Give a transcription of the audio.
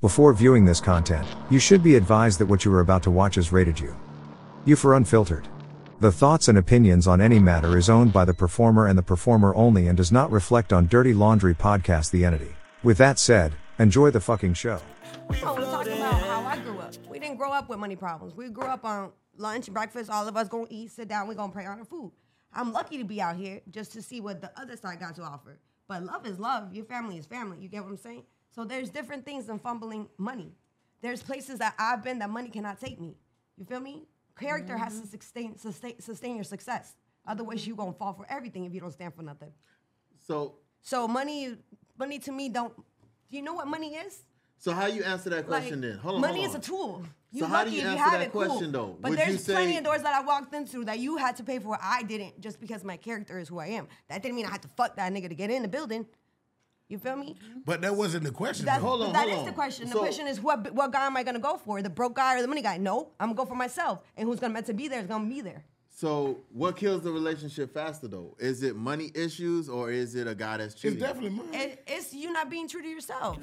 Before viewing this content, you should be advised that what you are about to watch is rated U. U for unfiltered. The thoughts and opinions on any matter is owned by the performer and the performer only and does not reflect on Dirty Laundry Podcast the entity. With that said, enjoy the fucking show. No, Oh, we're talking about how I grew up. We didn't grow up with money problems. We grew up on lunch, breakfast, all of us gonna eat, sit down, we gonna pray on our food. I'm lucky to be out here just to see what the other side got to offer. But love is love. Your family is family. You get what I'm saying? So there's different things than fumbling money. There's places that I've been that money cannot take me. You feel me? Character has to sustain, sustain, sustain your success. Otherwise, you gonna fall for everything if you don't stand for nothing. So, So money, money to me don't. Do you know what money is? so how you answer that Like, question then? Hold on. money hold is on. a tool. You So lucky how do you if you answer have that it, cool. question, though? But Would you there's plenty say- of doors that I walked into that you had to pay for. I didn't just because my character is who I am. That didn't mean I had to fuck that nigga to get in the building. You feel me? But that wasn't the question. That, though. Hold on, that hold is the on. question. The So- question is what what guy am I gonna go for? The broke guy or the money guy? No, I'm gonna go for myself. And who's gonna meant to be there is gonna be there. So, what kills the relationship faster though? Is it money issues or is it a guy that's It's cheating? definitely mine. It, it's you not being true to yourself.